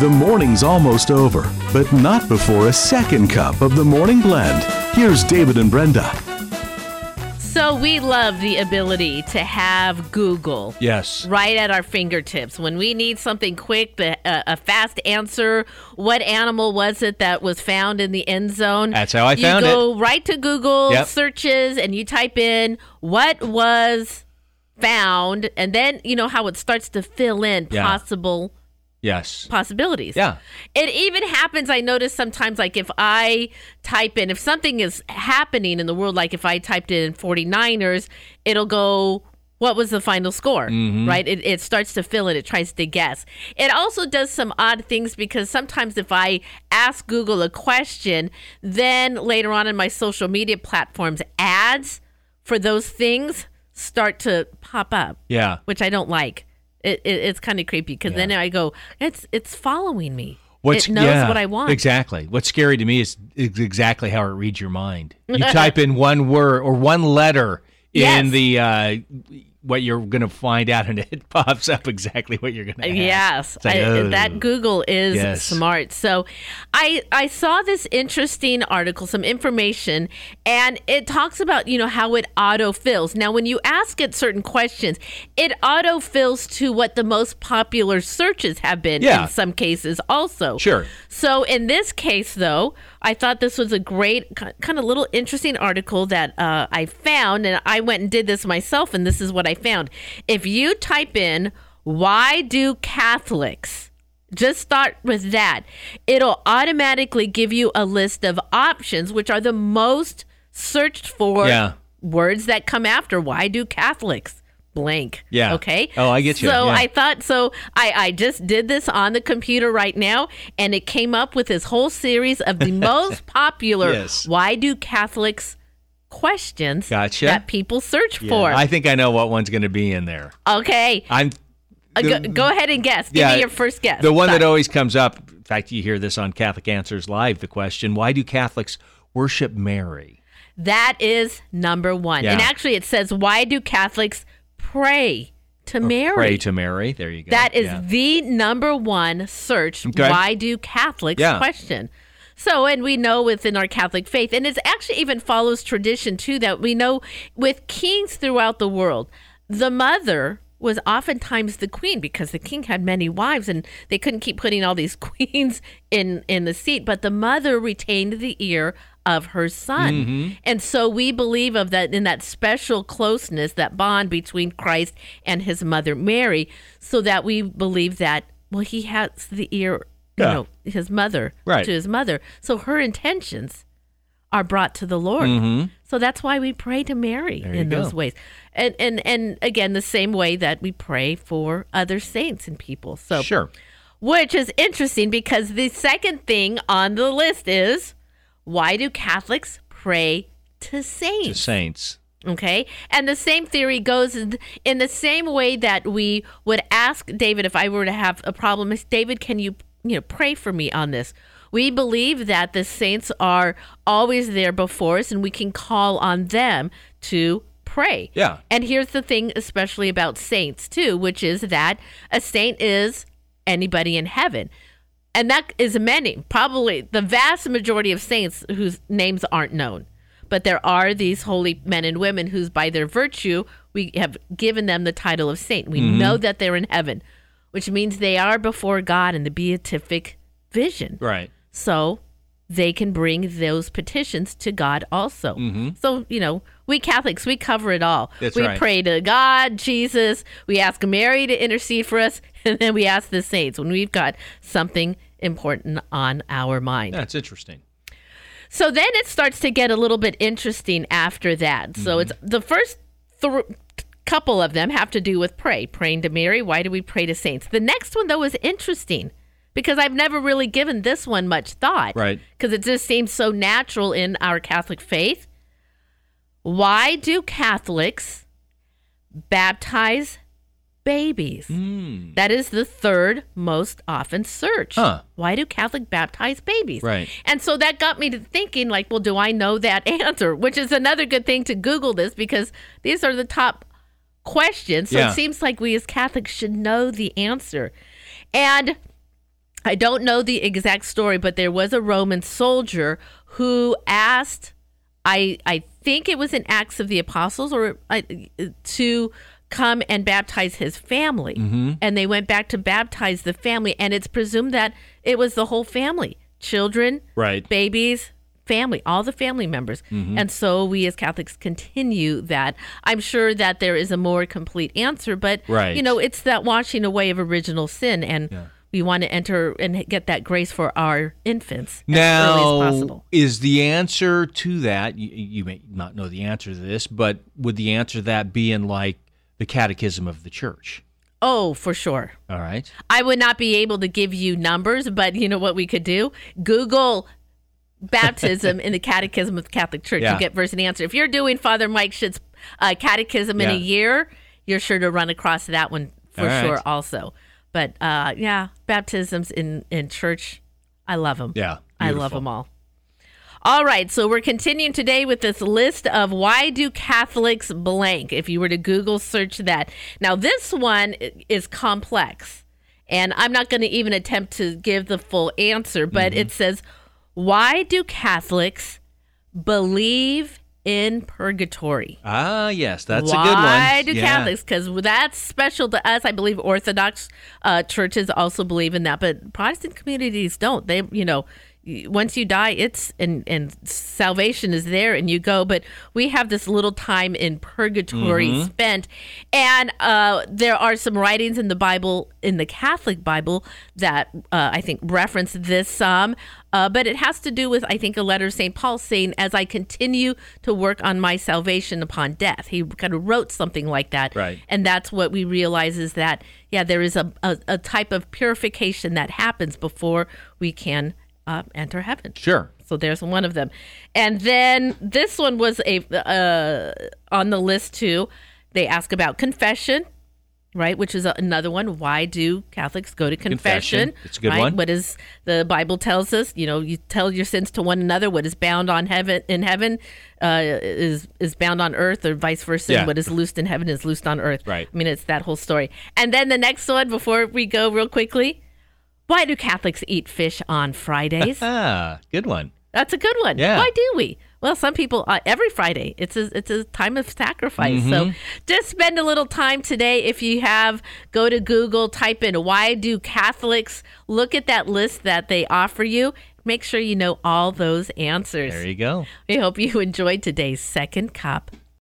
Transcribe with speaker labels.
Speaker 1: The morning's almost over, but not before a second cup of the morning blend. Here's David and Brenda.
Speaker 2: So we love the ability to have Google
Speaker 3: Yes.
Speaker 2: right at our fingertips when we need something quick, the, uh, a fast answer. What animal was it that was found in the end zone?
Speaker 3: That's how I
Speaker 2: you
Speaker 3: found
Speaker 2: go right to Google
Speaker 3: Yep.
Speaker 2: searches and you type in what was found, and then you know how it starts to fill in
Speaker 3: Yeah.
Speaker 2: possible
Speaker 3: Yes.
Speaker 2: possibilities.
Speaker 3: Yeah.
Speaker 2: It even happens, I notice sometimes, like if I type in, if something is happening in the world, like if I typed in 49ers, it'll go, what was the final score?
Speaker 3: Mm-hmm.
Speaker 2: Right? It, it starts to fill in, it tries to guess. It also does some odd things because sometimes if I ask Google a question, then later on in my social media platforms, ads for those things start to pop up
Speaker 3: Yeah.
Speaker 2: which I don't like. It, it it's kind of creepy because then I go, it's it's following me. it knows
Speaker 3: yeah,
Speaker 2: what I want.
Speaker 3: Exactly. What's scary to me is, is exactly how it reads your mind. You type in one word or one letter
Speaker 2: Yes.
Speaker 3: in the uh, what you're going to find out, and it pops up exactly what you're going to.
Speaker 2: Uh, Yes,
Speaker 3: like,
Speaker 2: I-
Speaker 3: oh.
Speaker 2: that Google is
Speaker 3: Yes.
Speaker 2: smart. So, I I saw this interesting article, some information, and it talks about you know how it autofills. Now, when you ask it certain questions, it autofills to what the most popular searches have been
Speaker 3: Yeah.
Speaker 2: in some cases. Also,
Speaker 3: Sure.
Speaker 2: So in this case, though, I thought this was a great, ki- kind of little interesting article that uh, I found, and I went and did this myself, and this is what I found. If you type in "Why do Catholics?" Just start with that. It'll automatically give you a list of options, which are the most searched for
Speaker 3: Yeah.
Speaker 2: words that come after. Why do Catholics? Blank.
Speaker 3: Yeah.
Speaker 2: Okay.
Speaker 3: Oh, I get you.
Speaker 2: So
Speaker 3: Yeah.
Speaker 2: I thought so. I, I just did this on the computer right now, and it came up with this whole series of the most popular
Speaker 3: Yes.
Speaker 2: why do Catholics questions
Speaker 3: Gotcha.
Speaker 2: that people search
Speaker 3: Yeah.
Speaker 2: for.
Speaker 3: I think I know what one's going to be in there.
Speaker 2: okay.
Speaker 3: I'm
Speaker 2: Uh, go,
Speaker 3: the-
Speaker 2: go ahead and guess. Give
Speaker 3: Yeah,
Speaker 2: me your first guess.
Speaker 3: the one that
Speaker 2: Sorry.
Speaker 3: always comes up. In fact, you hear this on Catholic Answers Live. The question: Why do Catholics worship Mary?
Speaker 2: that is number one. And
Speaker 3: Yeah.
Speaker 2: actually, it says, why do Catholics pray to Mary?
Speaker 3: Pray to Mary. There you go.
Speaker 2: That is
Speaker 3: Yeah.
Speaker 2: the number one search.
Speaker 3: Okay.
Speaker 2: Why do Catholics
Speaker 3: Yeah.
Speaker 2: question? So, and we know within our Catholic faith, and it actually even follows tradition too, that we know with kings throughout the world, the mother was oftentimes the queen because the king had many wives and they couldn't keep putting all these queens in in the seat but the mother retained the ear of her son and so we believe of that in that special closeness that bond between christ and his mother mary so that we believe that well he has the ear
Speaker 3: Yeah.
Speaker 2: you know his mother
Speaker 3: Right.
Speaker 2: to his mother so her intentions are brought to the lord so that's why we pray to mary
Speaker 3: Mm-hmm. There
Speaker 2: in
Speaker 3: you go.
Speaker 2: those ways and and and again the same way that we pray for other saints and people so
Speaker 3: sure.
Speaker 2: which is interesting because the second thing on the list is why do Catholics pray to
Speaker 3: The
Speaker 2: saints?
Speaker 3: saints.
Speaker 2: Okay. And the same theory goes in in the same way that we would ask David if I were to have a problem, is David, can you, you know, pray for me on this? We believe that the saints are always there before us and we can call on them to pray.
Speaker 3: Yeah.
Speaker 2: And here's the thing, especially about saints, too, which is that a saint is anybody in heaven. And that is many, probably the vast majority of saints whose names aren't known. But there are these holy men and women whose, by their virtue, we have given them the title of saint. We know that they're in heaven, which means they are before God in the beatific vision
Speaker 3: Right.
Speaker 2: so they can bring those petitions to God also. So, you know, we Catholics, we cover it all.
Speaker 3: Mm-hmm. That's
Speaker 2: we
Speaker 3: right.
Speaker 2: pray to God, Jesus, we ask Mary to intercede for us, and then we ask the saints when we've got something important on our mind.
Speaker 3: That's interesting.
Speaker 2: So then it starts to get a little bit interesting after that. So
Speaker 3: Mm-hmm.
Speaker 2: it's the first thr couple of them have to do with pray, praying to Mary. Why do we pray to saints? The next one though is interesting because I've never really given this one much thought.
Speaker 3: Right.
Speaker 2: Because it just seems so natural in our Catholic faith. Why do Catholics baptize babies?
Speaker 3: Mm.
Speaker 2: That is the third most often searched.
Speaker 3: Huh.
Speaker 2: Why do Catholic baptize babies?
Speaker 3: Right.
Speaker 2: And so that got me to thinking, like, well, do I know that answer? Which is another good thing to Google this because these are the top questions. So
Speaker 3: Yeah.
Speaker 2: it seems like we as Catholics should know the answer. And I don't know the exact story, but there was a Roman soldier who asked, I I think it was in Acts of the Apostles, or I, to come and baptize his family, and they went back to baptize the family, and it's presumed that it was the whole family, children,
Speaker 3: Right.
Speaker 2: babies. Family, all the family members.
Speaker 3: Mm-hmm.
Speaker 2: And so we as Catholics continue that. I'm sure that there is a more complete answer, but
Speaker 3: Right.
Speaker 2: you know, it's that washing away of original sin and we want to enter and get that grace for our infants as early as
Speaker 3: Now,
Speaker 2: possible.
Speaker 3: is the answer to that? You, you may not know the answer to this, but would the answer to that be in like the Catechism of the Church?
Speaker 2: Oh, for sure.
Speaker 3: All right.
Speaker 2: I would not be able to give you numbers, but you know what we could do? Google baptism in the Catechism of the Catholic Church.
Speaker 3: Yeah.
Speaker 2: You get verse and answer. If you're doing Father Mike Schitt's uh, Catechism in
Speaker 3: Yeah.
Speaker 2: a year, you're sure to run across that one for
Speaker 3: All right.
Speaker 2: sure also. But uh, yeah, baptisms in, in church, I love them.
Speaker 3: Yeah.
Speaker 2: I love
Speaker 3: beautiful.
Speaker 2: them all. All right, so we're continuing today with this list of why do Catholics blank? If you were to Google search that. Now, this one i- is complex, and I'm not going to even attempt to give the full answer,
Speaker 3: Mm-hmm.
Speaker 2: but it says, Why do Catholics believe in purgatory?
Speaker 3: Ah, yes, that's
Speaker 2: Why
Speaker 3: a good one.
Speaker 2: do
Speaker 3: Yeah.
Speaker 2: Catholics? Because that's special to us. I believe Orthodox uh, churches also believe in that, but Protestant communities don't. They, you know, y- once you die, it's and and salvation is there, and you go. But we have this little time in purgatory spent, and uh, there are some writings in the Bible, in the Catholic Bible, that uh, I think reference this some. Uh, but it has to do with, I think, a letter of St. Paul saying, As I continue to work on my salvation upon death. He kind of wrote something like that.
Speaker 3: Right.
Speaker 2: And that's what we realize is that, yeah, there is a, a, a type of purification that happens before we can uh, enter heaven.
Speaker 3: Sure.
Speaker 2: So there's one of them. And then this one was a uh, on the list too. They ask about confession, right? Which is another one. Why do Catholics go to confession?
Speaker 3: Confession. It's a good
Speaker 2: right?
Speaker 3: one.
Speaker 2: What is the Bible tells us? You know, you tell your sins to one another. What is bound on heaven in heaven uh, is is bound on earth, or vice versa.
Speaker 3: Yeah.
Speaker 2: What is loosed in heaven is loosed on earth.
Speaker 3: Right.
Speaker 2: I mean, it's that whole story. And then the next one, before we go, real quickly. Why do Catholics eat fish on Fridays?
Speaker 3: Ah, good one.
Speaker 2: That's a good one.
Speaker 3: Yeah.
Speaker 2: Why do we? Well, some people uh, every Friday. It's a it's a time of sacrifice.
Speaker 3: Mm-hmm.
Speaker 2: So just spend a little time today. If you have, go to Google, type in "Why do Catholics?" Look at that list that they offer you. Make sure you know all those answers.
Speaker 3: There you go.
Speaker 2: We hope you enjoyed today's second cup